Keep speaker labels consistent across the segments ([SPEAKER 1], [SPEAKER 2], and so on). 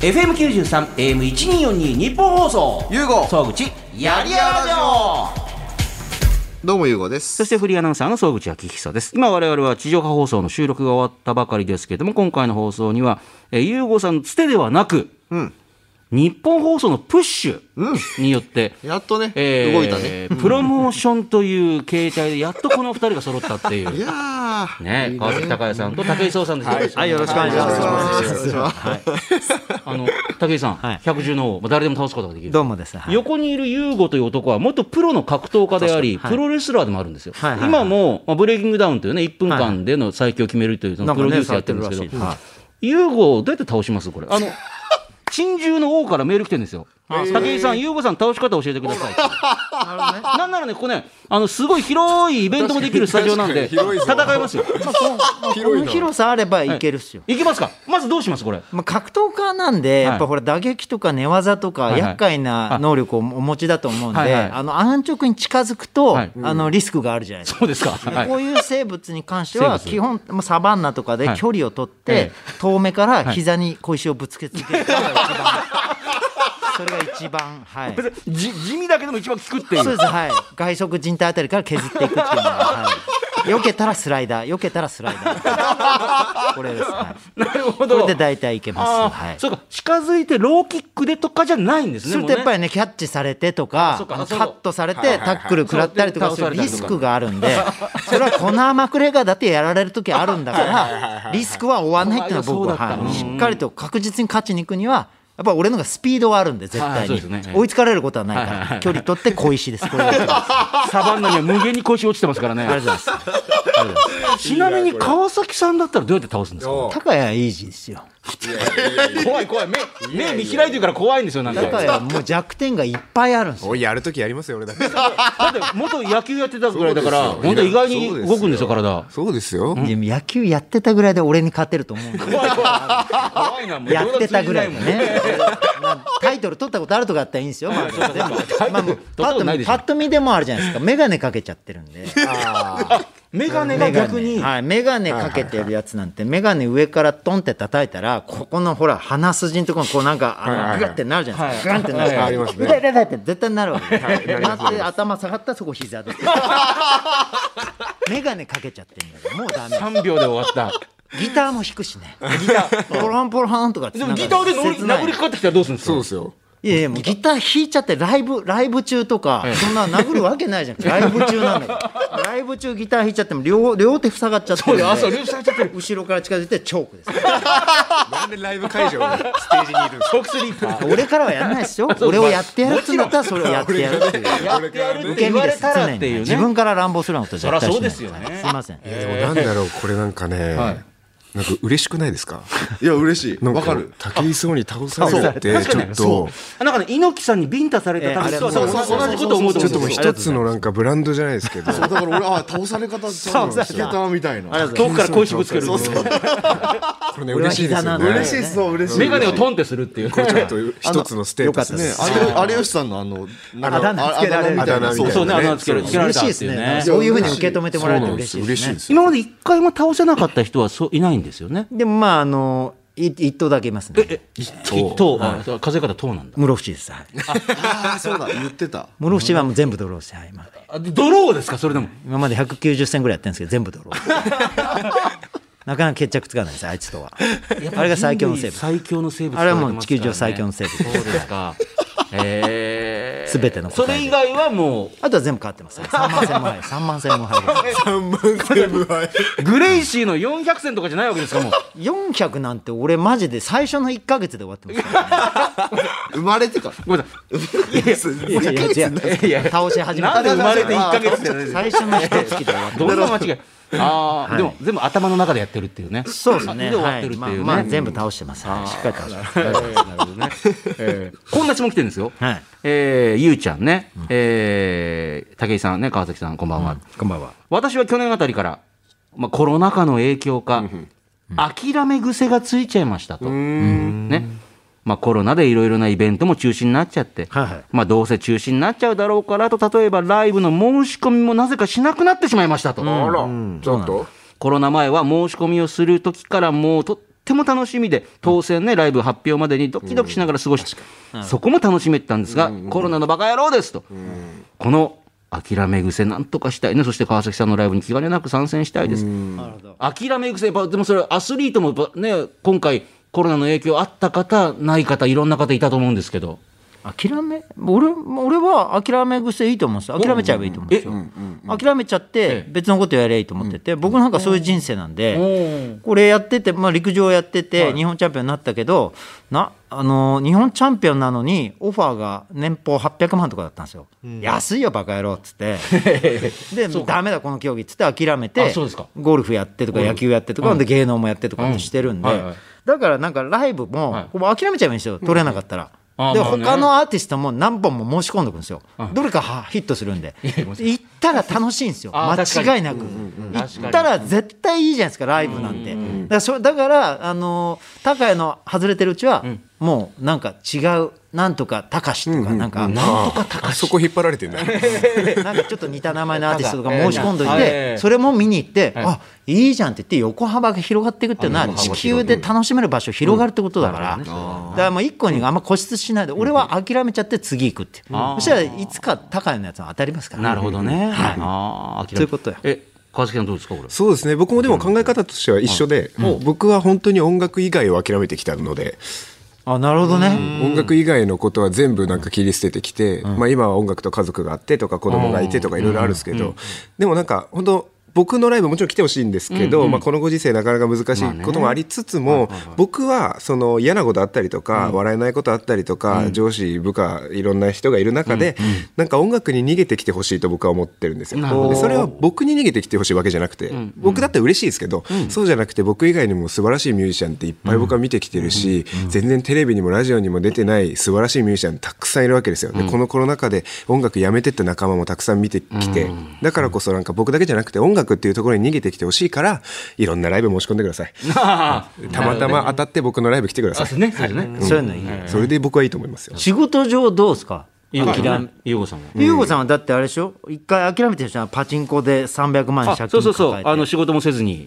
[SPEAKER 1] FM93、AM1242 日本放送。
[SPEAKER 2] ゆうご
[SPEAKER 1] 総口、やりやらじょ
[SPEAKER 2] どうもゆうごで
[SPEAKER 1] そ
[SPEAKER 2] す
[SPEAKER 1] してフリーアナウンサーの総口昭久です。今我々は地上波放送の収録が終わったばかりですけれども、今回の放送には、えー、ゆうごさんのつてではなく、
[SPEAKER 2] うん
[SPEAKER 1] 日本放送のプッシュによって、
[SPEAKER 2] やっとね、
[SPEAKER 1] えー
[SPEAKER 2] 動いたね
[SPEAKER 1] プロモーションという形態でやっとこの二人が揃ったってい。
[SPEAKER 2] いうやー
[SPEAKER 1] ね、
[SPEAKER 2] いい
[SPEAKER 1] 川崎隆也さんと武井壮さんです。はい、よろしくお願いし
[SPEAKER 2] ます
[SPEAKER 1] お願いしますはいあの、武井さん、
[SPEAKER 3] はい
[SPEAKER 1] 百獣の王、まあ誰でも倒すことができる。
[SPEAKER 3] どうもです。はい
[SPEAKER 1] 横にいるユーゴという男は元プロの格闘家であり、
[SPEAKER 3] 確かにはい
[SPEAKER 1] プロレスラーでもあるんですよ、
[SPEAKER 3] はいはいはい
[SPEAKER 1] 今も、まあ、ブレイキングダウンというね1分
[SPEAKER 3] はいは
[SPEAKER 1] 間での最強を決めるというそ
[SPEAKER 3] な
[SPEAKER 1] の
[SPEAKER 3] ん
[SPEAKER 1] プ
[SPEAKER 3] か
[SPEAKER 1] ロ
[SPEAKER 3] ね
[SPEAKER 1] デュースやってるんですけ
[SPEAKER 3] されて
[SPEAKER 1] ど、
[SPEAKER 3] るらしい
[SPEAKER 1] ユーゴをどうやって倒しますこれあの珍獣の王からメール来てるんですよ武井さん、ユーゴさん倒し方教えてくださいってなんならね、ここね、あのすごい広いイベントもできるスタジオなんで、
[SPEAKER 4] 確かに広いぞ
[SPEAKER 1] 戦いますよ。
[SPEAKER 3] この広さあればいけるっすよ。
[SPEAKER 1] いきますか、まずどうします、これ。
[SPEAKER 3] まあ、格闘家なんで、やっぱほら打撃とか寝技
[SPEAKER 1] は
[SPEAKER 3] と
[SPEAKER 1] い
[SPEAKER 3] か
[SPEAKER 1] はい
[SPEAKER 3] 厄介な能力をお持ちだと思うんで、
[SPEAKER 1] はいはい
[SPEAKER 3] あの安直に近づくと、
[SPEAKER 1] はい
[SPEAKER 3] あのリスクがあるじゃないですか。
[SPEAKER 1] そうですか。はい
[SPEAKER 3] こういう生物に関して
[SPEAKER 1] 生
[SPEAKER 3] は
[SPEAKER 1] 物
[SPEAKER 3] 基本もうサバンナとか
[SPEAKER 1] は
[SPEAKER 3] で
[SPEAKER 1] い
[SPEAKER 3] 距離を取って、
[SPEAKER 1] ええ
[SPEAKER 3] 遠目から膝に小石をぶつけ続けるのが一番それが一番はい
[SPEAKER 1] 別にじ地味だけでも一番効くってい
[SPEAKER 3] そう
[SPEAKER 1] う
[SPEAKER 3] で。すはい外側人体あたりから削っていくっていうのが、はい、避けたらスライダー避けたらスライダーこれですはい
[SPEAKER 1] なるほ
[SPEAKER 3] これ
[SPEAKER 1] ど。
[SPEAKER 3] で大体いけ
[SPEAKER 1] あ
[SPEAKER 3] ま
[SPEAKER 1] あ、
[SPEAKER 3] すはい
[SPEAKER 1] そうか、近づいてローキックでとかじゃないんですね。
[SPEAKER 3] する
[SPEAKER 1] もう
[SPEAKER 3] と
[SPEAKER 1] ね
[SPEAKER 3] やっぱりねキャッチされてとか
[SPEAKER 1] そうか
[SPEAKER 3] あの
[SPEAKER 1] そう
[SPEAKER 3] カットされてタックル食らったりとか
[SPEAKER 1] そう
[SPEAKER 3] す
[SPEAKER 1] 倒さ
[SPEAKER 3] る
[SPEAKER 1] れたり
[SPEAKER 3] リ
[SPEAKER 1] とか
[SPEAKER 3] スクがあるんでそれはコナー・マクレガーだってやられる時あるんだからリスクは負わないっていうのは
[SPEAKER 1] そ
[SPEAKER 3] 僕は、
[SPEAKER 1] うだった
[SPEAKER 3] は
[SPEAKER 1] の
[SPEAKER 3] い、しっかりと確実に勝ちに行くにはやっぱ俺のがスピードはあるんで絶
[SPEAKER 1] はい
[SPEAKER 3] 対
[SPEAKER 1] そう
[SPEAKER 3] に、
[SPEAKER 1] ですね
[SPEAKER 3] 追いつかれることはないから、
[SPEAKER 1] はいはい
[SPEAKER 3] 距離取って小石ですこれが一番
[SPEAKER 1] サバンナには無限に腰落ちてますからね。ありがとうございます。ちなみに川崎さんだったらどうやって倒すんですか。
[SPEAKER 4] おう
[SPEAKER 3] 高谷はイージーですよ
[SPEAKER 1] 怖い怖い目目見開いてるから怖いんですよなんか。
[SPEAKER 3] 高谷はもう弱点がいっぱいあるんですよ
[SPEAKER 4] おいやるときやりますよ俺だっ
[SPEAKER 1] だ
[SPEAKER 4] て
[SPEAKER 1] って元野球やってたぐらいだから、
[SPEAKER 4] そうです
[SPEAKER 1] 本
[SPEAKER 4] よ
[SPEAKER 1] 当意外に動くんですよ体。
[SPEAKER 4] そうですよ
[SPEAKER 3] いや野球やってたぐらいで俺に勝てると思うんで
[SPEAKER 1] 怖いなもう
[SPEAKER 3] やってたぐらい
[SPEAKER 1] 冗談
[SPEAKER 3] の
[SPEAKER 1] 通じなもん
[SPEAKER 3] ね。 まあタイトル取ったことあるとかあったらいいんですよ。まあ、でもまあもう
[SPEAKER 1] こと
[SPEAKER 3] パッと
[SPEAKER 1] ないで
[SPEAKER 3] 見
[SPEAKER 1] しょ
[SPEAKER 3] パッと見でもあるじゃないですか。メガネかけちゃってるんで。
[SPEAKER 1] メガネが逆に。
[SPEAKER 3] はい、メガネかけてるやつなんて、メガネ上からトンって叩いたら、ここのほら、鼻筋のところにこうなんか、
[SPEAKER 4] はいはい
[SPEAKER 3] あ
[SPEAKER 4] は
[SPEAKER 3] の
[SPEAKER 4] い
[SPEAKER 3] グッてなるじゃないですか。グンってなるじゃないですか。
[SPEAKER 4] はい
[SPEAKER 3] 痛い痛い痛いって絶対なるわけです
[SPEAKER 4] はいなります
[SPEAKER 3] なって頭下がったらそこ膝です。メガネかけちゃってるんだけど、もうダメ。
[SPEAKER 1] 3秒で終わっ
[SPEAKER 3] ギターも弾くし ね。ギター。ポロンポロンとか
[SPEAKER 1] た。でもギターで乗り
[SPEAKER 3] 切ない
[SPEAKER 1] 殴りかかってきたらどうするんですか
[SPEAKER 4] そうですよ
[SPEAKER 3] いやいやもうギター弾いちゃってライブライブ中とかそんな殴るわけないじゃんライブ 中なんだからライブ中ギター弾いちゃっても両両手塞がっちゃってるんで
[SPEAKER 1] そうだあそう両手塞がっちゃってる
[SPEAKER 3] 後ろから近づいてチョークです
[SPEAKER 4] なんでライブ会場にステージにい るんですか
[SPEAKER 1] 僕スリーパー。
[SPEAKER 3] 俺からは やらないですよ俺をやってやるってなったらそれをやってやるっていう
[SPEAKER 4] やってやる
[SPEAKER 3] 受け身です常に
[SPEAKER 1] ね
[SPEAKER 3] 自分から乱暴するようなことは絶対しない
[SPEAKER 1] そりゃそうですよね
[SPEAKER 3] すいません
[SPEAKER 4] なんだろうこれなんかねなんか嬉しくないですか
[SPEAKER 2] いや嬉しい
[SPEAKER 4] なん
[SPEAKER 2] わかる
[SPEAKER 4] 武井壮に倒されるって
[SPEAKER 1] 確
[SPEAKER 4] ち
[SPEAKER 1] か
[SPEAKER 4] ょ
[SPEAKER 1] にね
[SPEAKER 4] っと
[SPEAKER 1] そうなんかね猪木さんにビンタされた
[SPEAKER 3] え
[SPEAKER 1] た
[SPEAKER 3] ーあ
[SPEAKER 1] め
[SPEAKER 3] れ
[SPEAKER 1] そうそう
[SPEAKER 3] そう
[SPEAKER 1] 同
[SPEAKER 3] そう
[SPEAKER 1] じこと思うと
[SPEAKER 4] ち
[SPEAKER 1] 思うん
[SPEAKER 4] ょっともう
[SPEAKER 1] ですよ
[SPEAKER 4] 一つのなんかブランドじゃないですけど
[SPEAKER 2] そうだから俺あ倒され方ちゃんと聞けたみたいな
[SPEAKER 1] 遠くから小石ぶつける
[SPEAKER 2] そうそう
[SPEAKER 4] これね嬉しいですよ
[SPEAKER 3] 俺は膝なの
[SPEAKER 4] ね
[SPEAKER 2] 嬉しいそう嬉しい
[SPEAKER 1] メガネをトンってするっていう
[SPEAKER 4] これちょっと一つのステータス
[SPEAKER 3] よ
[SPEAKER 4] ね
[SPEAKER 3] かっ
[SPEAKER 2] あれ有吉さんのあのなんか
[SPEAKER 3] あだ名つけられる
[SPEAKER 2] あだ名みたいな
[SPEAKER 1] そうねあ
[SPEAKER 4] ね
[SPEAKER 1] のつけられたっ
[SPEAKER 3] 嬉しいです
[SPEAKER 1] ていう
[SPEAKER 3] ね
[SPEAKER 1] ね
[SPEAKER 3] そういうふうに受け止めてもらえて嬉しいですね
[SPEAKER 4] す
[SPEAKER 1] 今まで一回も倒せなかった人はそういないんですよね
[SPEAKER 3] でもまああのい一頭だけいますね
[SPEAKER 4] 一
[SPEAKER 1] 一等あそう数え方等なんだ
[SPEAKER 3] 室伏ですはい
[SPEAKER 2] あーそうだ言っ てた
[SPEAKER 3] 室伏はもう全部ドローしてはい今
[SPEAKER 1] あドローですかそれでも
[SPEAKER 3] 今まで190戦ぐらいやってるんですけど全部ド ローなかなか決着つかないですあいつとはあれが最強の生物
[SPEAKER 1] 最強の生物
[SPEAKER 3] あれはもう地球上最強の生物
[SPEAKER 1] そうです かえー
[SPEAKER 3] 全ての答
[SPEAKER 1] そ
[SPEAKER 3] えで
[SPEAKER 1] れ以外はも
[SPEAKER 3] あとは全部変わってます3万戦も入る3万戦も入る
[SPEAKER 1] うグレイシーの400戦とかじゃないわけですかもう
[SPEAKER 3] 400なんて俺マジで最初の1か月で終わってますから
[SPEAKER 2] 生まれてから
[SPEAKER 1] ごめんなさいいやいや
[SPEAKER 3] いやいや違う
[SPEAKER 1] いや
[SPEAKER 3] 倒し始め
[SPEAKER 1] なんで生
[SPEAKER 3] た
[SPEAKER 1] まれて1ヶ月じゃないですか
[SPEAKER 3] 最初の1月で終わって
[SPEAKER 1] どんな間違いああ、
[SPEAKER 3] い
[SPEAKER 1] でも全部頭の中でやってるっていうね
[SPEAKER 3] そうですね
[SPEAKER 1] で終わっ
[SPEAKER 3] は
[SPEAKER 1] て
[SPEAKER 3] い
[SPEAKER 1] るって
[SPEAKER 3] まあ
[SPEAKER 1] いうね、
[SPEAKER 3] まあ全部倒してますはいしっかり倒してます
[SPEAKER 1] えーこんな質問来てるんですよ、
[SPEAKER 3] はい
[SPEAKER 1] えーゆうちゃんね、えー武井さんね川崎さんこんばんは、
[SPEAKER 3] こんばんは
[SPEAKER 1] 私は去年あたりから、まあ、コロナ禍の影響か、諦め癖がついちゃいましたと、ねまあ、コロナでいろいろなイベントも中止になっちゃって、
[SPEAKER 3] はいはい
[SPEAKER 1] まあ、どうせ中止になっちゃうだろうからと例えばライブの申し込みもなぜかしなくなってしまいましたと、
[SPEAKER 4] あらちょっと
[SPEAKER 1] コロナ前は申し込みをする時からもうとっても楽しみで当選ねライブ発表までにドキドキしながら過ごして、そこも楽しめてたんですが、コロナのバカ野郎ですと、この諦め癖なんとかしたいねそして川崎さんのライブに気兼ねなく参戦したいです
[SPEAKER 3] なるほど
[SPEAKER 1] 諦め癖やっぱでもそれアスリートもやっぱね今回コロナの影響あった方ない方いろんな方いたと思うんですけど
[SPEAKER 3] 諦め俺俺は諦め癖いいと思うんですよ諦めちゃえばいいと思うんですよ、諦めちゃって別のことやればいいと思ってて、僕なんかそういう人生なんで、これやってて、まあ、陸上やってて日本チャンピオンになったけど、なあの日本チャンピオンなのにオファーが年俸800万とかだったんですよ、安いよバカ野郎っつって でダメだこの競技っつって諦め
[SPEAKER 1] あ
[SPEAKER 3] て
[SPEAKER 1] そうですか
[SPEAKER 3] ゴルフやってとか野球やってとか、で芸能もやってとかしてるんで、
[SPEAKER 1] うんはいはい
[SPEAKER 3] だからなんかライブも、
[SPEAKER 1] はい
[SPEAKER 3] こう諦めちゃえばいいんですよ取れなかったら。
[SPEAKER 1] あ
[SPEAKER 3] で
[SPEAKER 1] まあね
[SPEAKER 3] 他のアーティストも何本も申し込んでおくんですよ、どれかはヒットするんで、行ったら楽しいんですよ、
[SPEAKER 1] あー
[SPEAKER 3] 間違いなく、行ったら絶対いいじゃないですか、ライブなんて、だからそだから、あのー高谷の外れてるうちは、もうなんか違う、なんとか高しとか、なんか、なんとか高
[SPEAKER 4] あそこ引っ張られてんだ。
[SPEAKER 3] なんかちょっと似た名前のアーティストとか申し込んどい
[SPEAKER 1] はい
[SPEAKER 3] て、それも見に行って、あいいじゃんって言って、横幅が広がっていくっていうのは、地球で楽しめる場所広がるってことだから、だからもう一個にあんま固執しないで、俺は諦めちゃって次行くっていう、そしたらいつか高いのやつは当たりますから、
[SPEAKER 1] なるほどね、
[SPEAKER 3] はい
[SPEAKER 1] ああ諦め
[SPEAKER 3] ということよ
[SPEAKER 1] え川崎さんどうです かこれ
[SPEAKER 4] そうですね。僕もでも考え方としては一緒で、僕は本当に音楽以外を諦めてきたので、
[SPEAKER 3] あなるほどね、
[SPEAKER 4] 音楽以外のことは全部なんか切り捨ててきて、まあ今は音楽と家族があってとか子供がいてとかいろいろあるんですけど、でもなんか本当僕のライブもちろん来てほしいんですけど、まあ、このご時世なかなか難しいこともありつつも、僕はその嫌なことあったりとか、笑えないことあったりとか、上司部下いろんな人がいる中で、なんか音楽に逃げてきてほしいと僕は思ってるんですよ。でそれは僕に逃げてきてほしいわけじゃなくて、僕だって嬉しいですけど、そうじゃなくて僕以外にも素晴らしいミュージシャンっていっぱい僕は見てきてるし、全然テレビにもラジオにも出てない素晴らしいミュージシャンたくさんいるわけですよ。で、このコロナ禍で音楽やめてった仲間もたくさん見てきて、だからこそなんか僕だけじゃなくて音楽っていうところに逃げてきてほしいから、いろんなライブ申し込んでください。たまたま当たって僕のライブ来てくださ
[SPEAKER 1] あ
[SPEAKER 4] い。
[SPEAKER 1] そうねそうね、
[SPEAKER 3] そういうのいい、
[SPEAKER 4] それで僕はいいと思いますよ。
[SPEAKER 3] 仕事上どうですか
[SPEAKER 1] ゆうごさんねゆうごさんは
[SPEAKER 3] 優子さんはだってあれでしょ一回諦めてるじゃんパチンコで300万円
[SPEAKER 1] あ
[SPEAKER 3] 借金抱えて
[SPEAKER 1] そうそうそうあの仕事もせずに、ね、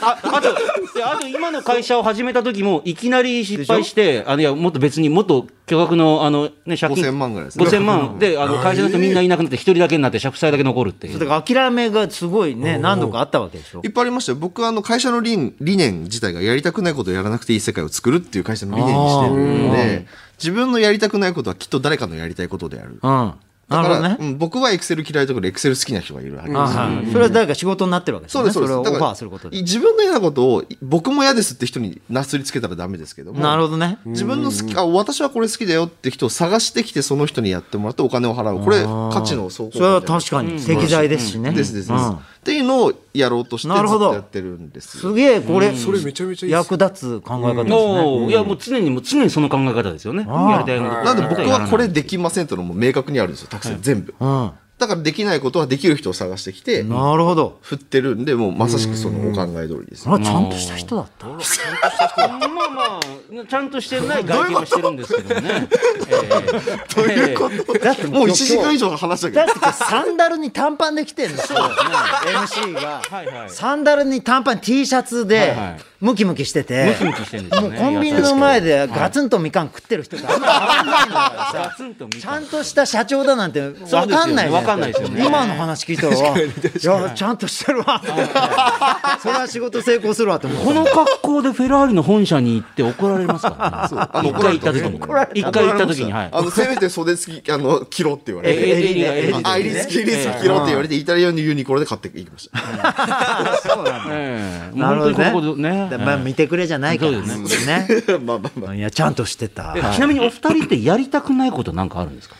[SPEAKER 1] ああといやあと今の会社を始めた時もいきなり失敗してあのいやもっと別にもっと巨額のあの、ね、借金
[SPEAKER 2] 5000万ぐらいですね
[SPEAKER 1] 5000万であの会社の人みんないなくなって一人だけになって借債だけ残るっていう
[SPEAKER 3] だから諦めがすごいね何度かあったわけでしょ
[SPEAKER 2] いっぱいありましたよ僕はあの会社の理理念自体がやりたくないことをやらなくていい世界を作るっていう会社の理念にしてるんで自分のやりたくないことはきっと誰かのやりたいことである
[SPEAKER 3] うんな
[SPEAKER 2] だ
[SPEAKER 3] る
[SPEAKER 2] か
[SPEAKER 3] ほど
[SPEAKER 2] ら、
[SPEAKER 3] ね
[SPEAKER 2] うん、僕はエクセル嫌いだけどエクセル好きな人がいるわけです
[SPEAKER 3] あはいそれは誰か仕事になってるわけです
[SPEAKER 2] そ
[SPEAKER 3] よ
[SPEAKER 2] うで
[SPEAKER 3] ね。そ
[SPEAKER 2] すそうです
[SPEAKER 3] れをオフ
[SPEAKER 2] だか
[SPEAKER 3] ァー
[SPEAKER 2] ら
[SPEAKER 3] することで。
[SPEAKER 2] 自分の嫌なことを僕も嫌ですって人になすりつけたらダメですけども
[SPEAKER 3] なるほどね。
[SPEAKER 2] 自分の好きあ私はこれ好きだよって人を探してきてその人にやってもらってお金を払うこれ価値の総
[SPEAKER 3] それは
[SPEAKER 2] 合
[SPEAKER 3] 確かに適材ですしね。
[SPEAKER 2] ですですです、
[SPEAKER 3] うん
[SPEAKER 2] っていうのをやろうとしてず
[SPEAKER 3] なるほ
[SPEAKER 2] っ
[SPEAKER 3] ど
[SPEAKER 2] とやってるんです
[SPEAKER 3] すげえこれ
[SPEAKER 4] それめちゃめちゃいいっす
[SPEAKER 3] 役立つ考え方ですね。
[SPEAKER 1] おーいやもう常にもう常にその考え方ですよね
[SPEAKER 3] あー
[SPEAKER 1] やりたいこと
[SPEAKER 2] なんで僕はこれできませんというのも明確にあるんですよたくさん全部、
[SPEAKER 3] うん。
[SPEAKER 2] だからできないことはできる人を探してきて
[SPEAKER 3] なるほど。
[SPEAKER 2] 振ってるんでもうまさしくそのお考え通りです
[SPEAKER 3] それはちゃんとした人だった。
[SPEAKER 1] まあまあちゃんとしてない外見はしてるんですけどもねどういうこと
[SPEAKER 3] だって
[SPEAKER 2] もう1時間以上の話だけ
[SPEAKER 3] だっ
[SPEAKER 2] ど
[SPEAKER 3] て今日サンダルに短パンで来てるんですよ。MC が
[SPEAKER 1] はいはい
[SPEAKER 3] サンダルに短パン T シャツで
[SPEAKER 1] はいはい
[SPEAKER 3] ムキムキしてて
[SPEAKER 1] ムキムキしてるんです
[SPEAKER 3] も
[SPEAKER 1] よ
[SPEAKER 3] う
[SPEAKER 1] ね
[SPEAKER 3] コンビニの前でガツンとみかん食ってる人ってあんまり分かんないんだからさ
[SPEAKER 1] ガツンと見た
[SPEAKER 3] ちゃんとした社長だなんて分かんないじゃ
[SPEAKER 1] わかんないですよね
[SPEAKER 3] 今の話聞いたらわいやちゃんとしてるわって それは仕事成功するわと 思
[SPEAKER 1] こ
[SPEAKER 3] う
[SPEAKER 1] の格好でフェラーリの本社に行って怒られますからね。一回行った時に。一回行った時に、はい。
[SPEAKER 2] あのせめて袖付きあの着ろって言われて
[SPEAKER 1] え襟が襟
[SPEAKER 3] 襟
[SPEAKER 1] が
[SPEAKER 3] ね
[SPEAKER 2] アイリスキリス着ろって言われてイタリアのユニクロで買っていきました
[SPEAKER 3] そうなんだ
[SPEAKER 1] ええもう
[SPEAKER 3] な
[SPEAKER 1] 本
[SPEAKER 3] るほ
[SPEAKER 1] 当にこ
[SPEAKER 3] ど
[SPEAKER 1] こで
[SPEAKER 3] ね
[SPEAKER 1] ね。
[SPEAKER 3] まあ見てくれじゃないから
[SPEAKER 1] そうです
[SPEAKER 3] ね
[SPEAKER 2] まあまあまあ
[SPEAKER 3] いやちゃんとしてた
[SPEAKER 1] えちなみにお二人ってやりたくないことなんかあるんですか。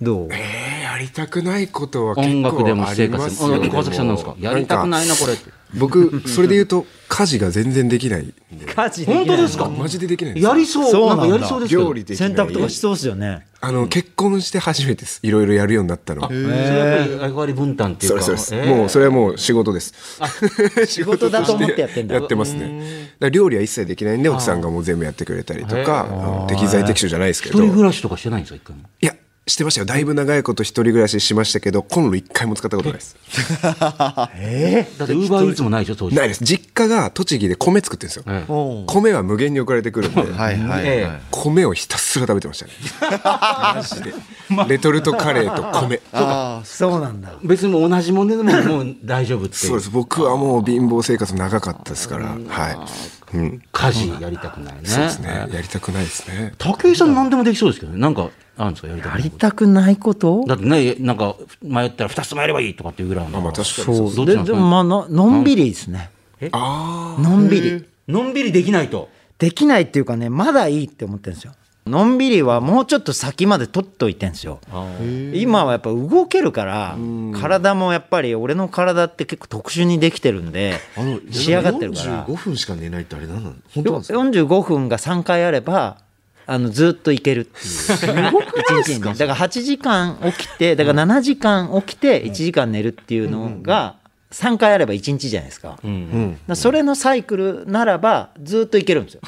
[SPEAKER 3] どう
[SPEAKER 4] えーやりたくないことは結構
[SPEAKER 1] 音楽でも私生
[SPEAKER 4] あります
[SPEAKER 1] 活
[SPEAKER 4] よ
[SPEAKER 1] でも。川崎さんなんですか。
[SPEAKER 4] でも
[SPEAKER 1] やりたくないなこれ。
[SPEAKER 4] 僕それで言うと家事が全然できないんで
[SPEAKER 3] 家事
[SPEAKER 1] 本当ですか。
[SPEAKER 4] マジでできないんです
[SPEAKER 1] やりそう。
[SPEAKER 3] そう
[SPEAKER 1] な
[SPEAKER 3] なんん
[SPEAKER 1] か
[SPEAKER 3] だ
[SPEAKER 1] やりそうですけど。
[SPEAKER 4] 料理できない
[SPEAKER 3] 洗濯とかしそうですよね
[SPEAKER 4] あの結婚して初めてですいろいろやるようになったのは
[SPEAKER 1] それやっぱり役割分担ってい
[SPEAKER 4] そうれ
[SPEAKER 1] か。
[SPEAKER 4] そうです、
[SPEAKER 1] ええ
[SPEAKER 4] もうそれはもう仕事です
[SPEAKER 3] 仕事だと思ってやってんだ
[SPEAKER 4] やってますねだから料理は一切できないんで奥さんがもう全部やってくれたりとかあの適材適所じゃないですけ
[SPEAKER 1] 一
[SPEAKER 4] ど
[SPEAKER 1] 人暮らしとかしてないんですか一回も。
[SPEAKER 4] いやしてましたよだいぶ長いこと一人暮らししましたけどコンロ一回も使ったことないです
[SPEAKER 1] だってウーバーイーツもないでしょ当時
[SPEAKER 4] ないです実家が栃木で米作ってるんですよ、
[SPEAKER 1] ええ
[SPEAKER 2] おー
[SPEAKER 4] 米は無限に送られてくるんで、
[SPEAKER 2] はいはいはい、
[SPEAKER 4] ええ米をひたすら食べてました ねマジでレトルトカレーと 米
[SPEAKER 2] あ
[SPEAKER 3] そうなんだ
[SPEAKER 1] 別にもう同じもんでももう大丈夫ってい
[SPEAKER 4] そう
[SPEAKER 1] う
[SPEAKER 4] です僕はもう貧乏生活長かったですからはい、うん、
[SPEAKER 1] 家事やりたくないね
[SPEAKER 4] そうですねやりたくないですね
[SPEAKER 1] 武井さん何でもできそうですけどねなんかあるんですかやりたく
[SPEAKER 3] や
[SPEAKER 1] ない
[SPEAKER 3] りたくないこと
[SPEAKER 1] だってねなんか迷ったら2つもやればいいとかっていうぐらいの
[SPEAKER 4] あまあ確かに
[SPEAKER 1] そうどっち
[SPEAKER 3] で
[SPEAKER 1] なんです
[SPEAKER 3] で
[SPEAKER 1] か
[SPEAKER 3] もまあののんびりですね
[SPEAKER 4] あ
[SPEAKER 3] のんびり
[SPEAKER 1] のんびりできないと
[SPEAKER 3] できないっていうかねまだいいって思ってるんですよのんびりはもうちょっと先まで取っといてんですよ今はやっぱ動けるから体もやっぱり俺の体って結構特殊にできてるんで
[SPEAKER 2] あの
[SPEAKER 3] 仕上がってるから
[SPEAKER 2] 45分しか寝ないってあれなんなの本当なんですか
[SPEAKER 3] 45分が3回あればあのずっといけるっていうすごくないですだから8時間起きてだから7時間起きて1時間寝るっていうのが3回あれば1日じゃないですか,、だからそれのサイクルならばずっといけるんですよ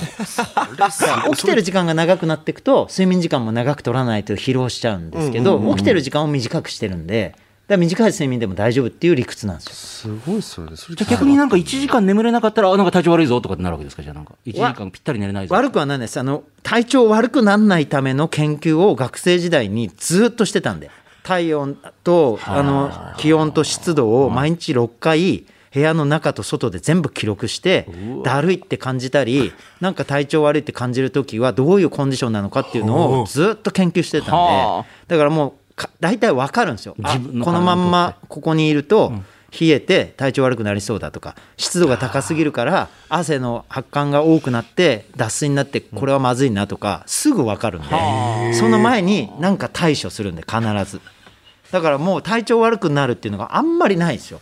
[SPEAKER 3] 起きてる時間が長くなっていくと睡眠時間も長く取らないと疲労しちゃうんですけど、起きてる時間を短くしてるんでだから短い睡眠でも大丈夫っていう理屈なんですよ
[SPEAKER 2] すごいっすよねそれ
[SPEAKER 1] じゃあ逆になんか1時間眠れなかったらあなんか体調悪いぞとかってなるわけですかじゃあなんか1時
[SPEAKER 3] わ
[SPEAKER 1] 間ぴったり寝れないぞ
[SPEAKER 3] 悪くはないですあの体調悪くならないための研究を学生時代にずっとしてたんで体温とあの気温と湿度を毎日6回部屋の中と外で全部記録してだるいって感じたりなんか体調悪いって感じる時はどういうコンディションなのかっていうのをずっと研究してたん
[SPEAKER 1] はあ
[SPEAKER 3] でだからもうか大体わかるんですよあ
[SPEAKER 1] 自分の
[SPEAKER 3] このまんまここにいると冷えて体調悪くなりそうだとか湿度が高すぎるから汗の発汗が多くなって脱水になってこれはまずいなとかすぐ分かるんでその前になんか対処するんで必ずだからもう体調悪くなるっていうのがあんまりないんですよ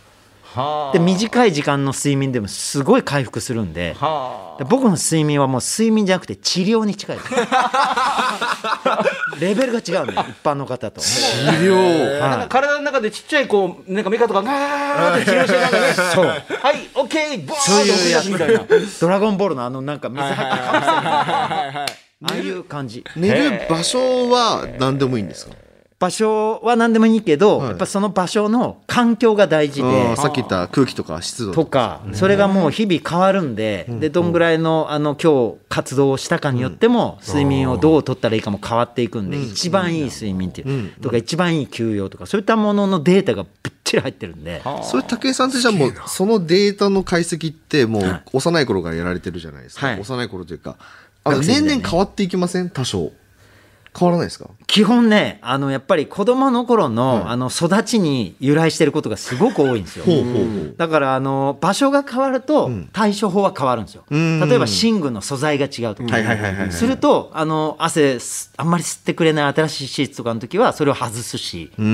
[SPEAKER 3] で短い時間の睡眠でもすごい回復するんでで僕の睡眠はもう睡眠じゃなくて治療に近いです レベルが違うんで一般の方と。
[SPEAKER 1] なんか体の中でちっちゃいこうなんかメカとかガーって治療してなんかねそうはいオッケーボーン
[SPEAKER 3] そう
[SPEAKER 1] と送
[SPEAKER 3] いう
[SPEAKER 1] り
[SPEAKER 3] や
[SPEAKER 1] 出
[SPEAKER 3] つ
[SPEAKER 1] すみたいな
[SPEAKER 3] ドラゴンボールのあのなんか水入ってるかもしれないああいう感じ
[SPEAKER 2] 寝る場所は何でもいいんですか
[SPEAKER 3] 場所は何でもいいけど、やっぱその場所の環境が大事
[SPEAKER 2] あ
[SPEAKER 3] で
[SPEAKER 2] ーさっき言った空気とか湿度
[SPEAKER 3] とかそれがもう日々変わるんで,、でどんぐらいのあの今日活動をしたかによっても、睡眠をどう取ったらいいかも変わっていくんで、一番いい睡眠っていう、とか一番いい休養とかそういったもののデータがぶっちり入ってるんで。
[SPEAKER 2] それ武井さんってじゃあもうそのデータの解析ってもう幼い頃からやられてるじゃないですか、
[SPEAKER 3] はい
[SPEAKER 2] 幼い頃というかあの年々変わっていきません多少変わらないですか
[SPEAKER 3] 基本ねあのやっぱり子供の頃の,、あの育ちに由来してることがすごく多いんですよ。
[SPEAKER 2] ほうほうほう
[SPEAKER 3] だからあの場所が変わると対処法は変わるんですよ、例えば寝具の素材が違うと
[SPEAKER 2] はいはいはいはいは
[SPEAKER 3] か
[SPEAKER 2] い
[SPEAKER 3] するとあの汗すあんまり吸ってくれない新しいシーツとかの時はそれを外すし
[SPEAKER 2] うー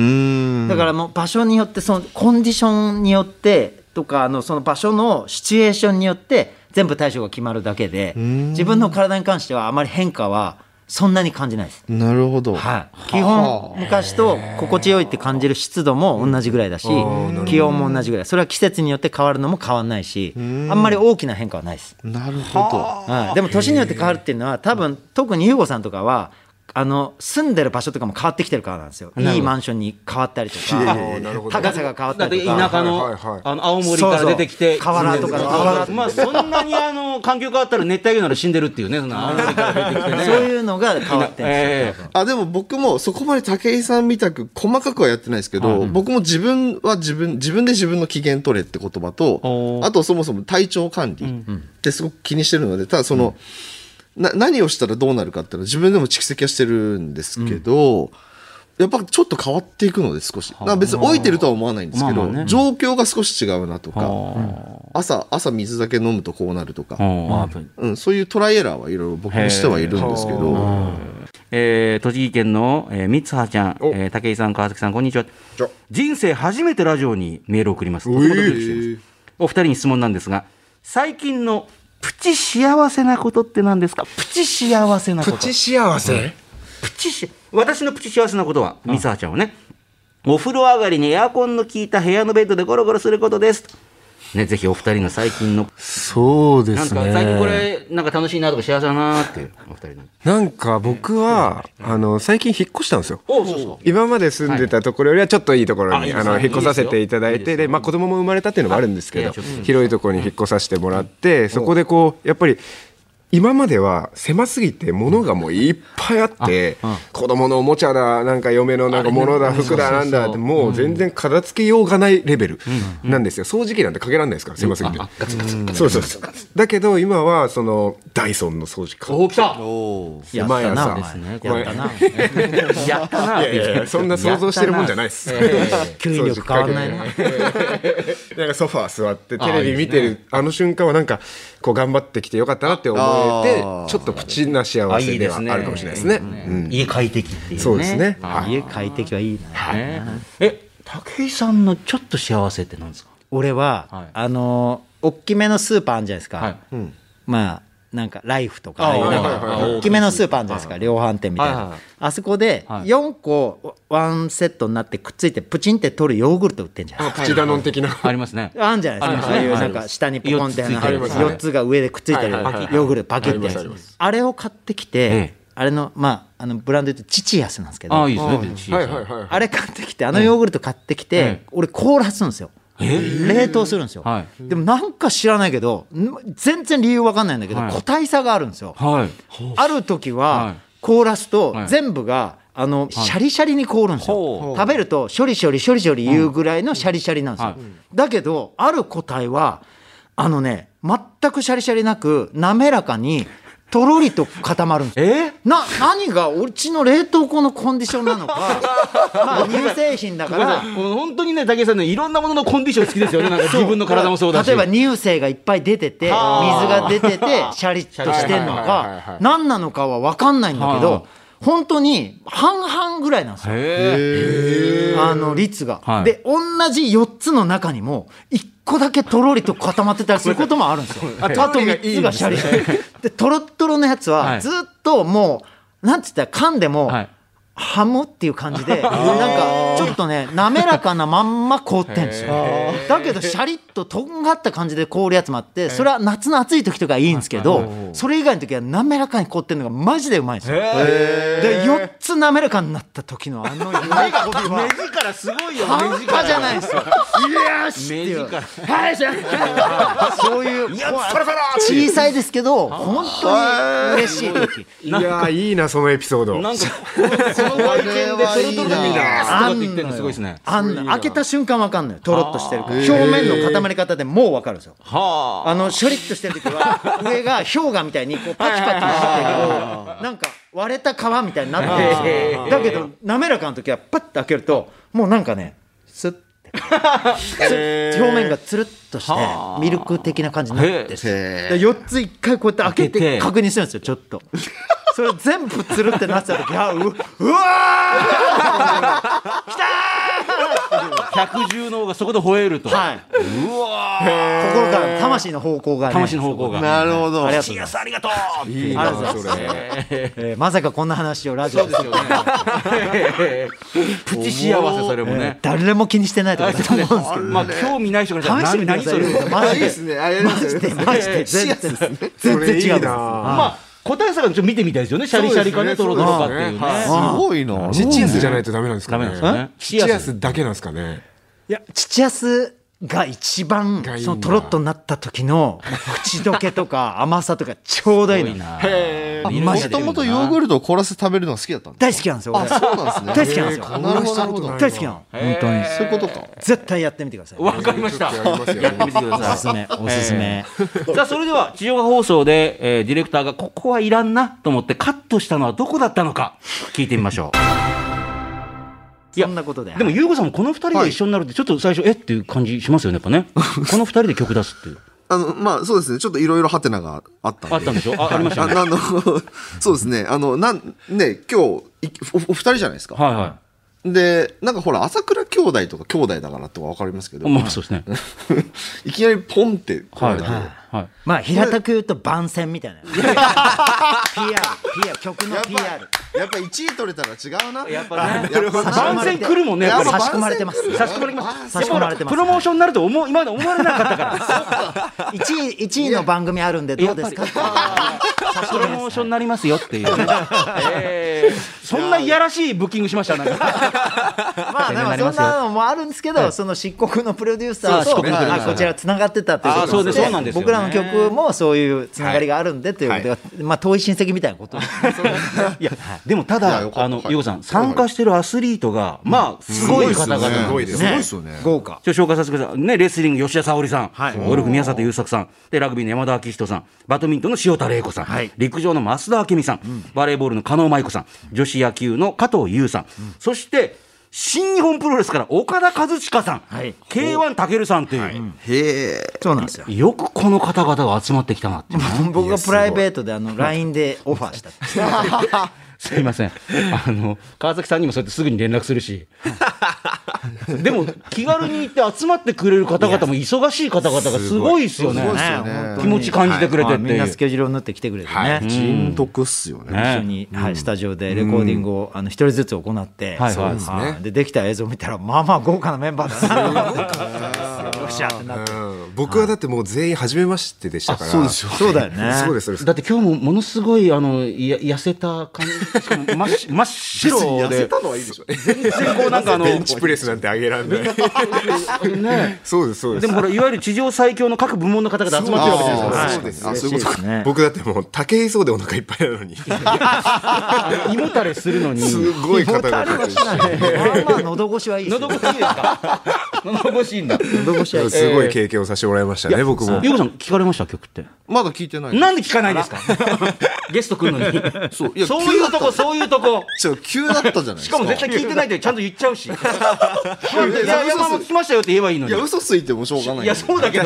[SPEAKER 2] ん
[SPEAKER 3] だからもう場所によってそのコンディションによってとかあのその場所のシチュエーションによって全部対処が決まるだけで自分の体に関してはあまり変化はそんなに感じないです。
[SPEAKER 2] なるほど、
[SPEAKER 3] はい、基本昔と心地よいって感じる湿度も同じぐらいだし気温も同じぐらいそれは季節によって変わるのも変わんないしあんまり大きな変化はないです、
[SPEAKER 2] なるほど
[SPEAKER 3] はい、でも年によって変わるっていうのは多分特に優吾さんとかはあの住んでる場所とかも変わってきてるからなんですよいいマンションに変わったりとか
[SPEAKER 4] あなるほど
[SPEAKER 3] 高さが変わっ
[SPEAKER 1] だ
[SPEAKER 3] た
[SPEAKER 1] って
[SPEAKER 3] りと
[SPEAKER 1] 田
[SPEAKER 3] か
[SPEAKER 1] 舎
[SPEAKER 4] はいはいは
[SPEAKER 1] の
[SPEAKER 4] い
[SPEAKER 1] あの青森から出てきて
[SPEAKER 3] そうそう河原とかの河原
[SPEAKER 1] まあそんなにあの環境変わったら熱帯魚なら死んでるっていうねその青森から出てきてね
[SPEAKER 3] そういうのが変わってるんですよ
[SPEAKER 1] ええ
[SPEAKER 2] あでも僕もそこまで武井さんみたく細かくはやってないですけど、僕も自分は自分自分で自分の機嫌取れって言葉と
[SPEAKER 1] おー
[SPEAKER 2] あとそもそも体調管理ってすごく気にしてるのでただその、な何をしたらどうなるかっていうのは自分でも蓄積はしてるんですけど、やっぱちょっと変わっていくので少しなんか別に老いてるとは思わないんですけど、
[SPEAKER 1] まあまあね
[SPEAKER 2] 状況が少し違うなとか、
[SPEAKER 1] は
[SPEAKER 2] 朝朝水だけ飲むとこうなるとか、
[SPEAKER 1] あ
[SPEAKER 2] うん、そういうトライエラーはいろいろ僕もしてはいるんですけど。
[SPEAKER 1] えー、栃木県の、えー、三葉ちゃん、えー、武井さん、川崎さん、こんにちは。人生初めてラジオにメールを送ります。とてもドキドキしていますお二人に質問なんですが、最近のプチ幸せなことって何ですかプチ幸せなこと。
[SPEAKER 4] プチ幸せ
[SPEAKER 1] プチし私のプチ幸せなことは、三葉ちゃんはね、お風呂上がりにエアコンの効いた部屋のベッドでゴロゴロすることです。ね、ぜひお二人の最近の、
[SPEAKER 4] そうで
[SPEAKER 1] なん
[SPEAKER 4] す
[SPEAKER 1] か
[SPEAKER 4] ね。
[SPEAKER 1] 最近これ、なんか楽しいなとか幸せだなっていう、お二人の。
[SPEAKER 4] なんか僕は、あの、最近引っ越したんですよ。
[SPEAKER 1] おそうそ
[SPEAKER 4] 今まで住んでたところよりはちょっといいところ
[SPEAKER 1] あいい
[SPEAKER 4] に
[SPEAKER 1] です
[SPEAKER 4] あの
[SPEAKER 1] ね
[SPEAKER 4] 引っ越させていただい
[SPEAKER 1] いいですよ
[SPEAKER 4] てでまあ子供も生まれたっていうのもあるんですけ
[SPEAKER 1] いや
[SPEAKER 4] ど
[SPEAKER 1] ちょっと
[SPEAKER 4] 広いところに引っ越させてもらってそこでこうやっぱり今までは狭すぎて物がもういっぱいあって子供のおもちゃだなんか嫁のなんか物だ服だなんだってもう全然片付けようがないレベルなんですよ掃除機なんてかけられないですから狭すぎてそうそうそうだけど今はそのダイソンの掃除機
[SPEAKER 1] う。お、来た
[SPEAKER 3] やった
[SPEAKER 4] 毎
[SPEAKER 3] な
[SPEAKER 4] 朝
[SPEAKER 1] ですね
[SPEAKER 4] これ
[SPEAKER 3] やったな
[SPEAKER 1] やったなっ
[SPEAKER 4] い
[SPEAKER 1] て
[SPEAKER 4] やいやいやそんな想像してるもんじゃないです。
[SPEAKER 3] 吸引力変わんないな
[SPEAKER 4] なんかソファー座ってテレビ見てるあの瞬間はなんかこう頑張ってきてよかったなって思えて
[SPEAKER 2] あー
[SPEAKER 4] ちょっとプチな幸せではあるかもしれないですね。うん
[SPEAKER 1] 家快適っていうね。
[SPEAKER 4] そうですね。
[SPEAKER 3] あ家快適はいいな
[SPEAKER 1] ね。え、武井さんのちょっと幸せってなんですか
[SPEAKER 3] 俺は、
[SPEAKER 1] はい
[SPEAKER 3] あのー大きめのスーパーあるじゃないですか、
[SPEAKER 1] はい
[SPEAKER 3] まあなんかライフとかああいう
[SPEAKER 4] はい
[SPEAKER 3] なん
[SPEAKER 4] はいはい
[SPEAKER 3] か大きめのスーパーあるじゃないですか量販店みたい
[SPEAKER 1] は
[SPEAKER 3] な、
[SPEAKER 1] いはいはい
[SPEAKER 3] あそこで
[SPEAKER 1] はい
[SPEAKER 3] 4個ワンセットになってくっついてプチンって取るヨーグルト売ってんじゃないですか
[SPEAKER 4] プチダノン的な。
[SPEAKER 1] ありますね。
[SPEAKER 3] あるんじゃないですか、
[SPEAKER 1] あ
[SPEAKER 3] そう
[SPEAKER 1] り
[SPEAKER 3] いう
[SPEAKER 1] ます
[SPEAKER 3] なんか下にポコンって
[SPEAKER 1] 四つついてる
[SPEAKER 4] やつね
[SPEAKER 3] 4つが上でくっついてる
[SPEAKER 4] は
[SPEAKER 3] ヨ
[SPEAKER 4] いはいはい
[SPEAKER 3] ーグルトパキッてや
[SPEAKER 4] あ
[SPEAKER 3] つ
[SPEAKER 4] ります
[SPEAKER 3] あれを買ってきてあれのまああのブランドで言うとチチヤスなんですけど
[SPEAKER 1] ああ、
[SPEAKER 3] あ
[SPEAKER 1] いいですね。
[SPEAKER 4] はいはいはい。
[SPEAKER 3] れ買ってきてあのヨーグルト買ってきて
[SPEAKER 1] え
[SPEAKER 3] 俺凍らすんですよ冷凍するんですよ
[SPEAKER 1] はい
[SPEAKER 3] でもなんか知らないけどん全然理由わかんないんだけど
[SPEAKER 1] はい
[SPEAKER 3] 個体差があるんですよ
[SPEAKER 1] はい。
[SPEAKER 3] ある時
[SPEAKER 1] はい
[SPEAKER 3] は凍らすと
[SPEAKER 1] はい
[SPEAKER 3] 全部があのシャリシャリに凍るんです
[SPEAKER 1] ほ
[SPEAKER 3] よ食べるとショリショリショリショリ言うぐらいのシャリシャリなんです
[SPEAKER 1] は
[SPEAKER 3] よだけどある個体はあのね全くシャリシャリなく滑らかにとろりと固まるんですよ
[SPEAKER 1] え
[SPEAKER 3] な何がうちの冷凍庫のコンディションなの かまあ乳製品だか
[SPEAKER 1] ごめんな
[SPEAKER 3] ら
[SPEAKER 1] さい本当にね、武井さんね、いろんなもののコンディション好きですよね。なんか自分の体もそうだし。
[SPEAKER 3] 例えば乳清がいっぱい出てて水が出ててシャリッとしてんの
[SPEAKER 4] はいはいはいは
[SPEAKER 3] か
[SPEAKER 4] い
[SPEAKER 3] 何なのかは分かんないんだけ
[SPEAKER 1] はい
[SPEAKER 3] ど本当に半々ぐらいなんですよ
[SPEAKER 1] へえ。
[SPEAKER 3] あの率が、
[SPEAKER 1] はい
[SPEAKER 3] で同じ4つの中にも1個だけとろりと固まってたりすることもあるんですよあと3つがシャリシャリでとろっとろのやつ
[SPEAKER 1] はい
[SPEAKER 3] はずっともうなんつったら噛んでも、
[SPEAKER 1] はい
[SPEAKER 3] ハムっていう感じ で、なんかちょっとね、滑らかなまんま凍ってんですよ。だけど、シャリッととんがった感じで凍るやつもあって、それは夏の暑い時とかいいんですけど、それ以外の時は滑らかに凍ってるのがマジでうまいんですよ。で、4つ滑らかになった時のあ の喜びは。
[SPEAKER 1] 目力すごいよ、
[SPEAKER 3] 半
[SPEAKER 1] 目力。
[SPEAKER 3] 端じゃないですよ。よしっていう。はい、じゃあそういう、小さいですけど、本当に嬉しい時。
[SPEAKER 4] いやーいいなそのエピソード。
[SPEAKER 1] なんか、その外見で、それとろみが、とか
[SPEAKER 3] あ
[SPEAKER 1] って
[SPEAKER 3] ん
[SPEAKER 1] 言ってんの
[SPEAKER 3] の
[SPEAKER 1] す
[SPEAKER 3] よ
[SPEAKER 1] ごいですね。
[SPEAKER 3] あんの開けた瞬間わかんないよとろっとしてるから表面の固まり方でもうわかるんですよ
[SPEAKER 1] はあ。
[SPEAKER 3] あのシュリッとしてる時は上が氷河みたいにこうパチパチしてるけどなんか割れた皮みたいになってるんですよだけど滑らかな時はパッと開けるともうなんかねスッてツルッ表面がつるっとしてミルク的な感じになってる
[SPEAKER 2] へ
[SPEAKER 3] で4つ1回こうやって開
[SPEAKER 1] 開
[SPEAKER 3] け
[SPEAKER 1] けて
[SPEAKER 3] て確認するんですよちょっとそれ全部つるってなってた時はううわー
[SPEAKER 1] 百獣の王がそこで吠えると。
[SPEAKER 3] はい。心から魂の方向がね。
[SPEAKER 1] 魂の方向が。
[SPEAKER 2] なるほど
[SPEAKER 3] ありがとうございます。
[SPEAKER 1] ありがとう
[SPEAKER 4] いいなそれ。
[SPEAKER 3] えーまさかこんな話をラジオで。
[SPEAKER 1] プチ幸せ、それもね。
[SPEAKER 3] 誰も気にしてないとこだと思うんですけど。
[SPEAKER 1] まあ、興味ない人がじゃ
[SPEAKER 3] 試してみてくだ
[SPEAKER 1] 何
[SPEAKER 3] さ
[SPEAKER 1] そ
[SPEAKER 3] い
[SPEAKER 1] れ。
[SPEAKER 3] よ。マジ
[SPEAKER 2] いいで。
[SPEAKER 3] です
[SPEAKER 2] ねあれで
[SPEAKER 3] マジ
[SPEAKER 2] す
[SPEAKER 3] で
[SPEAKER 2] ね
[SPEAKER 3] マジで全然全然違
[SPEAKER 4] それ
[SPEAKER 3] う
[SPEAKER 4] い
[SPEAKER 3] ん
[SPEAKER 4] い
[SPEAKER 3] です。
[SPEAKER 4] な。
[SPEAKER 1] まあ、答え差がちょっと見てみたいですよね。シャリシャリかね、トロトロかっていうね。
[SPEAKER 2] すごいな
[SPEAKER 4] チチアスじゃないとダメなんですか
[SPEAKER 1] ダメな
[SPEAKER 4] ね
[SPEAKER 1] んで。すよね。
[SPEAKER 4] チチアスだけなんですかね。
[SPEAKER 3] いや父安が一番
[SPEAKER 4] がいいんだ
[SPEAKER 3] そのとろっとなった時の口どけとか甘さとかちょうどいいの。
[SPEAKER 2] もともとヨーグルトを凍らせて食べるのが好きだったんだ
[SPEAKER 3] 大好きなんですよ。俺
[SPEAKER 2] あそうなんですね
[SPEAKER 3] 大好きなんですよ。
[SPEAKER 2] なるほどなるほど
[SPEAKER 3] 大好きなの。本当に。
[SPEAKER 2] そういうことか
[SPEAKER 3] 絶対やってみてください。
[SPEAKER 1] わかりました。
[SPEAKER 4] ちょっとやりますよ
[SPEAKER 1] やってみてくだ
[SPEAKER 3] おす
[SPEAKER 1] さい。
[SPEAKER 3] すめおすすめ。
[SPEAKER 1] さあ、それでは、地上波放送で、えーディレクターが、ここはいらんなと思ってカットしたのはどこだったのか、聞いてみましょいや
[SPEAKER 3] そんなことで。
[SPEAKER 1] う。でも、ゆうごさんもこの二人が一緒になるって、ちょっと最初、えっていう感じしますよね、やっぱね。この二人で曲出すっていう。
[SPEAKER 2] あのまあそうですねちょっといろいろハテナがあったんで
[SPEAKER 1] あったんでしょあありましたよね。
[SPEAKER 2] ああの そうですねあのなんね今日いおお二人じゃないですか、
[SPEAKER 1] はいは
[SPEAKER 2] でなんかほら朝倉兄 弟とか兄弟だからとか分かりますけど、
[SPEAKER 1] い。まあ、そうですね。
[SPEAKER 2] いきなりポンって来られて、
[SPEAKER 1] はいはいはい
[SPEAKER 3] まあ平たく言うと番宣みたいな PR PR 曲の
[SPEAKER 2] やっ
[SPEAKER 3] PR
[SPEAKER 2] ぱやっぱ1位取れたら違うなやっぱ
[SPEAKER 1] ぱね
[SPEAKER 2] やっぱ
[SPEAKER 3] 差し込
[SPEAKER 1] 番
[SPEAKER 3] まれ
[SPEAKER 1] 宣
[SPEAKER 3] て
[SPEAKER 1] 来るもんねやっぱり
[SPEAKER 3] 差し込まれてます
[SPEAKER 1] 差し込まれてます
[SPEAKER 3] 差し込まれてます
[SPEAKER 1] プロモーションになると思う今まで思われなかったから
[SPEAKER 3] 1位1位の番組あるんでどうですか
[SPEAKER 1] やっ プロモーションになりますよって いう、えーそんないやらしいブッキングしましたなんか
[SPEAKER 3] まあでもそんなのもあるんですけど、その漆黒のプロデューサー
[SPEAKER 1] そう漆
[SPEAKER 3] と、
[SPEAKER 1] 黒のプロデューサー
[SPEAKER 3] まあこちらつながってたということ
[SPEAKER 1] あそうですそうなんですよね
[SPEAKER 3] 僕らの曲もそういうつながりがあるんでということで、まあ遠い親戚みたいなことですね
[SPEAKER 1] いやでもた
[SPEAKER 2] いや
[SPEAKER 1] だ
[SPEAKER 2] よかった
[SPEAKER 1] あの
[SPEAKER 2] はい
[SPEAKER 1] ゆうこさん参加してるアスリートがまあすごい方々
[SPEAKER 4] すごいです
[SPEAKER 2] すごいですよね
[SPEAKER 3] 豪華
[SPEAKER 1] ちょっと紹介させてください。ね、レスリング、吉田沙保里さん、ゴルフ、宮里優作さん、で、ラグビーの山田昭仁さん、バドミントンの塩田玲子さん、
[SPEAKER 3] はい
[SPEAKER 1] 陸上の増田明美さん、バレーボールの加納舞子さん、女子野球の加藤優さん、そして、新日本プロレスから岡田和親さん、
[SPEAKER 3] はい
[SPEAKER 1] K1 たけるさんという、
[SPEAKER 2] へえ
[SPEAKER 3] そうなんですよ
[SPEAKER 1] よくこの方々が集まってきたなっていう。
[SPEAKER 3] 僕がプライベートであの LINE でオファーしたっていう
[SPEAKER 1] すいません。あの、川崎さんにもそうやってすぐに連絡する し。でも、気軽に行って集まってくれる方々も忙しい方々がすごいですよね。
[SPEAKER 2] すごいですよね
[SPEAKER 3] 本当に
[SPEAKER 1] 気持ち感じてくれてっていう
[SPEAKER 3] はいみんなスケジュールを縫ってきてくれてね、
[SPEAKER 2] 人徳っすよね
[SPEAKER 1] ね
[SPEAKER 3] 一緒に、はい、スタジオでレコーディングをあの一人ずつ行って、
[SPEAKER 1] はいそうです
[SPEAKER 4] ね
[SPEAKER 3] はいでできた映像見たらまあまあ豪華なメンバーだなよっしゃってなって
[SPEAKER 4] うん僕はだってもう全員初めましてでしたから
[SPEAKER 2] そうですよ
[SPEAKER 3] そうだよね
[SPEAKER 4] そうですそうです
[SPEAKER 1] だって今日もものすごいあのや痩せた感じしかも真っし真っ白
[SPEAKER 2] 痩せ
[SPEAKER 1] で
[SPEAKER 2] たのはいいでしょ
[SPEAKER 1] 全こうなんかあの
[SPEAKER 4] ベンチプレスなんてあげられない
[SPEAKER 1] ね
[SPEAKER 4] そうですそうです
[SPEAKER 1] でもほらいわゆる地上最強の各部門の方々集まってるわけじゃないです か
[SPEAKER 2] あー
[SPEAKER 3] はい
[SPEAKER 2] そうですあそういうことか
[SPEAKER 3] ね
[SPEAKER 4] 僕だってもう竹井壮でお腹いっぱいなのに
[SPEAKER 1] 胃もたれするのに
[SPEAKER 4] すごい方が
[SPEAKER 3] まあまあ喉越しはいいですよ
[SPEAKER 1] 喉越しいいですか 喉越しいい んだ
[SPEAKER 3] 喉越しはいいです
[SPEAKER 4] すごい経験をさせてもらいましたね僕も
[SPEAKER 1] ゆうこさん聞かれました曲って
[SPEAKER 2] まだ聞いてない
[SPEAKER 1] なんで聞かないですか ゲスト来るのに
[SPEAKER 2] そういや
[SPEAKER 1] そういうとこそういうとこ
[SPEAKER 2] ちょっと急だったじゃないです
[SPEAKER 1] しかも絶対聞いてない ってちゃんと言っちゃうしいや山本来ましたよって言えばいいの
[SPEAKER 2] い
[SPEAKER 1] に
[SPEAKER 2] や嘘ついてもしょうがない
[SPEAKER 1] いやそうだけど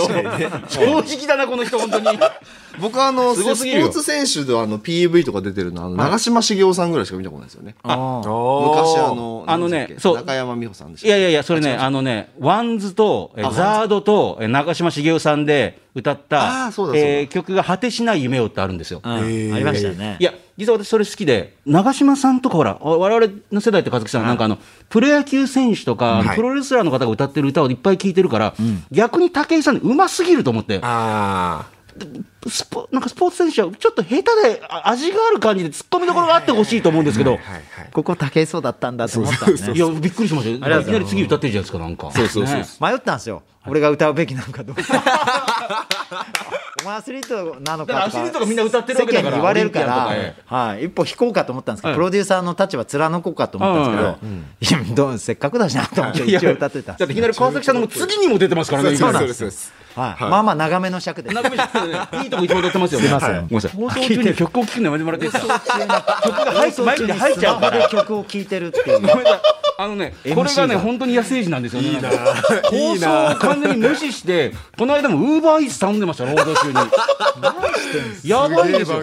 [SPEAKER 1] 正直だなこの人本当に
[SPEAKER 2] 僕はあの
[SPEAKER 1] す
[SPEAKER 2] スポ
[SPEAKER 1] ごすぎるよ
[SPEAKER 2] ーツ選手であの PV とか出てるのはあの長嶋茂雄さんぐらいしか見たことないですよね
[SPEAKER 3] あー
[SPEAKER 2] 昔あの
[SPEAKER 1] あのね
[SPEAKER 2] なんだっけ
[SPEAKER 1] そう
[SPEAKER 2] 中山美穂さんでし
[SPEAKER 1] い
[SPEAKER 2] た
[SPEAKER 1] やいやいや、それね、あのね、ワンズと、えザードと、え長嶋茂雄さんで歌っ
[SPEAKER 2] あ
[SPEAKER 1] た
[SPEAKER 2] ーそうだ、そうだ
[SPEAKER 1] えー曲が果てしない夢をってあるんですよ。
[SPEAKER 3] うんありましたよね
[SPEAKER 1] いや、実は私それ好きで、長嶋さんとかほら、我々の世代って和樹さん、なんかあの、プロ野球選手とか、
[SPEAKER 4] はい
[SPEAKER 1] プロレスラーの方が歌ってる歌をいっぱい聞いてるから、逆に武井さんうますぎると思って、
[SPEAKER 4] あ
[SPEAKER 1] スポなんかスポーツ選手はちょっと下手であ味がある感じで突っ込みどころがあってほしいと思うんですけど、
[SPEAKER 4] あはいはい
[SPEAKER 3] ここ竹井壮だったんだと思ったんね
[SPEAKER 1] いや、びっくりしましたよ。いき
[SPEAKER 3] ありがとうございます
[SPEAKER 1] なり次歌ってるじゃないですか、なんか。そうそうそう。
[SPEAKER 3] 迷ったんですよ俺が歌うべきなの かどうかお前アスリートなの
[SPEAKER 1] だか
[SPEAKER 3] か
[SPEAKER 1] らア
[SPEAKER 3] と
[SPEAKER 1] スリー
[SPEAKER 3] か
[SPEAKER 1] トがみんな歌ってるわけだから
[SPEAKER 3] 世間に言われるか
[SPEAKER 1] オリンピアン
[SPEAKER 3] ら
[SPEAKER 1] とか、
[SPEAKER 3] はい、一歩引こうかと思ったんですけど、
[SPEAKER 1] はい
[SPEAKER 3] プロデューサーの立場貫こうかと思ったんですけど、いやどうせっかくだしなと思って一応歌ってたん
[SPEAKER 1] だ
[SPEAKER 3] で
[SPEAKER 1] っていきなり川崎さんのもう次にも出てますからね、
[SPEAKER 4] そう
[SPEAKER 1] 今
[SPEAKER 4] ですそうです
[SPEAKER 3] す、はい、まあまあ長めの尺で
[SPEAKER 1] 中身さんねいいとこいつも歌ってますよね。
[SPEAKER 3] すいません
[SPEAKER 1] はいごめんなさい。放送中に曲を聴くのやめてもらっていいですか
[SPEAKER 3] 曲が
[SPEAKER 1] 入っマイクに入っちゃうから
[SPEAKER 3] 曲を聴いてるっていう
[SPEAKER 1] ごめんなさいあのね、これが
[SPEAKER 3] MC
[SPEAKER 1] ね、
[SPEAKER 3] が
[SPEAKER 1] 本当に野生児なんですよね。なんか放送を完全に無視して、この間もウーバーイーツ頼んでました、労働中に。やばいですよ。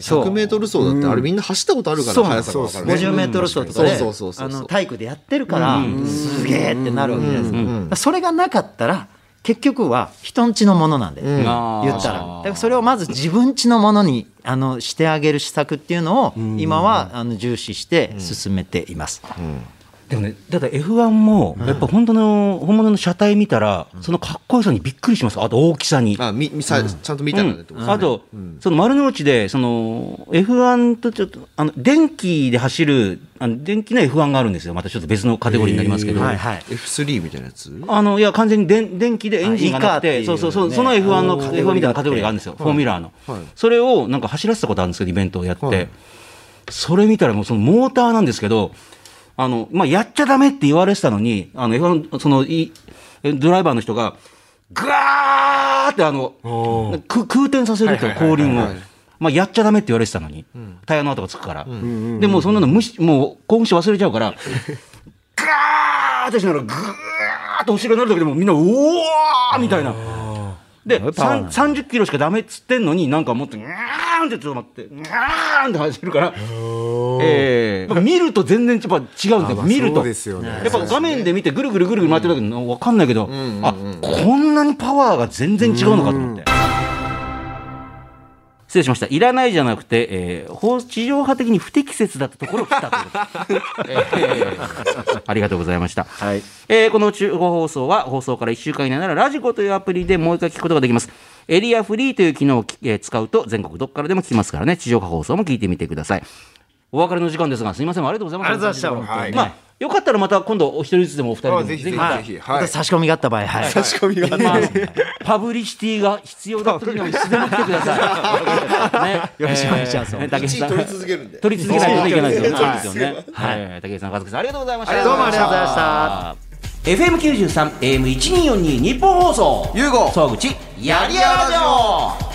[SPEAKER 3] そう
[SPEAKER 2] 100メートル走だってあれみんな走ったことあるから速さがわかるね
[SPEAKER 3] 50メートル走とか
[SPEAKER 2] う
[SPEAKER 3] で
[SPEAKER 2] んそうそうそうそ
[SPEAKER 3] あ
[SPEAKER 2] う
[SPEAKER 3] の体育でやってるから、すげえってなるわけじゃないですか、それがなかったら結局は人んちのものなんで、言
[SPEAKER 1] あー
[SPEAKER 3] ったらだからそれをまず自分ちのものにあのしてあげる施策っていうのを今はあの重視して進めています、
[SPEAKER 1] でもね、ただ F1 も、やっぱ本当の、本物の車体見たら、そのかっこよさにびっくりします。あと大きさに。
[SPEAKER 2] あみみさちゃんと見たんだねってこと
[SPEAKER 1] うんあと、その丸の内でその F1 とちょっとあの電気で走るあの電気の F1 があるんですよまたちょっと別のカテゴリーになりますけど、
[SPEAKER 3] はいはい、
[SPEAKER 2] F3 みたいなやつ
[SPEAKER 1] あのいや完全に電電気でエンジンがなくて
[SPEAKER 3] あイカっていう
[SPEAKER 1] そうそうそう
[SPEAKER 3] ね
[SPEAKER 1] その F1 の
[SPEAKER 3] あの
[SPEAKER 1] F1 みたいなカテゴリーがあるんですよ、フォーミュラーの、
[SPEAKER 2] はい
[SPEAKER 1] それをなんか走らせたことあるんですけどイベントをやって、それ見たらもうそのモーターなんですけどあの、まあ、やっちゃダメって言われてたのにあの F1 のそのいドライバーの人がガーってあのく空転させるっていう後輪を。まあ、やっちゃダメって言われてたのに、タイヤの跡がつくから、でもうそんなの無視もう興奮して忘れちゃうからガーッてしながらグーッと後ろになるだけでもうみんなうわーみたいな。で、
[SPEAKER 3] パワーなんだ
[SPEAKER 1] 三十キロしかダメっつってんのに、なんかもっと、うーんってちょっと待って、うーんって走るから、えーまあ見ると全然やっぱ違うんだよ、
[SPEAKER 4] まあ
[SPEAKER 1] 見る
[SPEAKER 4] そ
[SPEAKER 1] と、
[SPEAKER 4] うですよね
[SPEAKER 1] やっぱ画面で見て、ぐるぐるぐるぐる回ってるだけで分かんないけど、あこんなにパワーが全然違うのかと思って。失礼しました。いらないじゃなくて、えー、法地上波的に不適切だったところを来たということで、えー ありがとうございました。
[SPEAKER 3] はい
[SPEAKER 1] えーこの中古放送は放送から1週間以内ならラジコというアプリでもう一回聞くことができます。エリアフリーという機能をき、えー使うと全国どこからでも聞きますからね、地上波放送も聞いてみてください。お別れの時間ですが、すみません、ありがとうございました。
[SPEAKER 3] ありがとうございました
[SPEAKER 1] まあ、よかったらまた今度お一人ずつでもお二人でも
[SPEAKER 4] あぜひぜひ
[SPEAKER 1] ま
[SPEAKER 4] ぜひはい
[SPEAKER 3] また差し込みがあった場合はい
[SPEAKER 2] 差し込みがあって
[SPEAKER 1] あパブリシティが必要だった時にはいつでも来てくだ さい。ね、
[SPEAKER 3] よろしくお願いします
[SPEAKER 1] えーね竹内
[SPEAKER 2] 1
[SPEAKER 1] さ
[SPEAKER 2] 位
[SPEAKER 1] ん
[SPEAKER 2] 取り続けるんで。
[SPEAKER 1] 取り続けないといけないですよね。
[SPEAKER 2] そう
[SPEAKER 1] そうですよね。はい、竹内さん、和樹さん、ありがとうございました。
[SPEAKER 3] どうもありがとうございました。
[SPEAKER 1] FM 九十三 AM 一二四二日本放送。
[SPEAKER 2] ユーゴ
[SPEAKER 1] 総口やりやろう。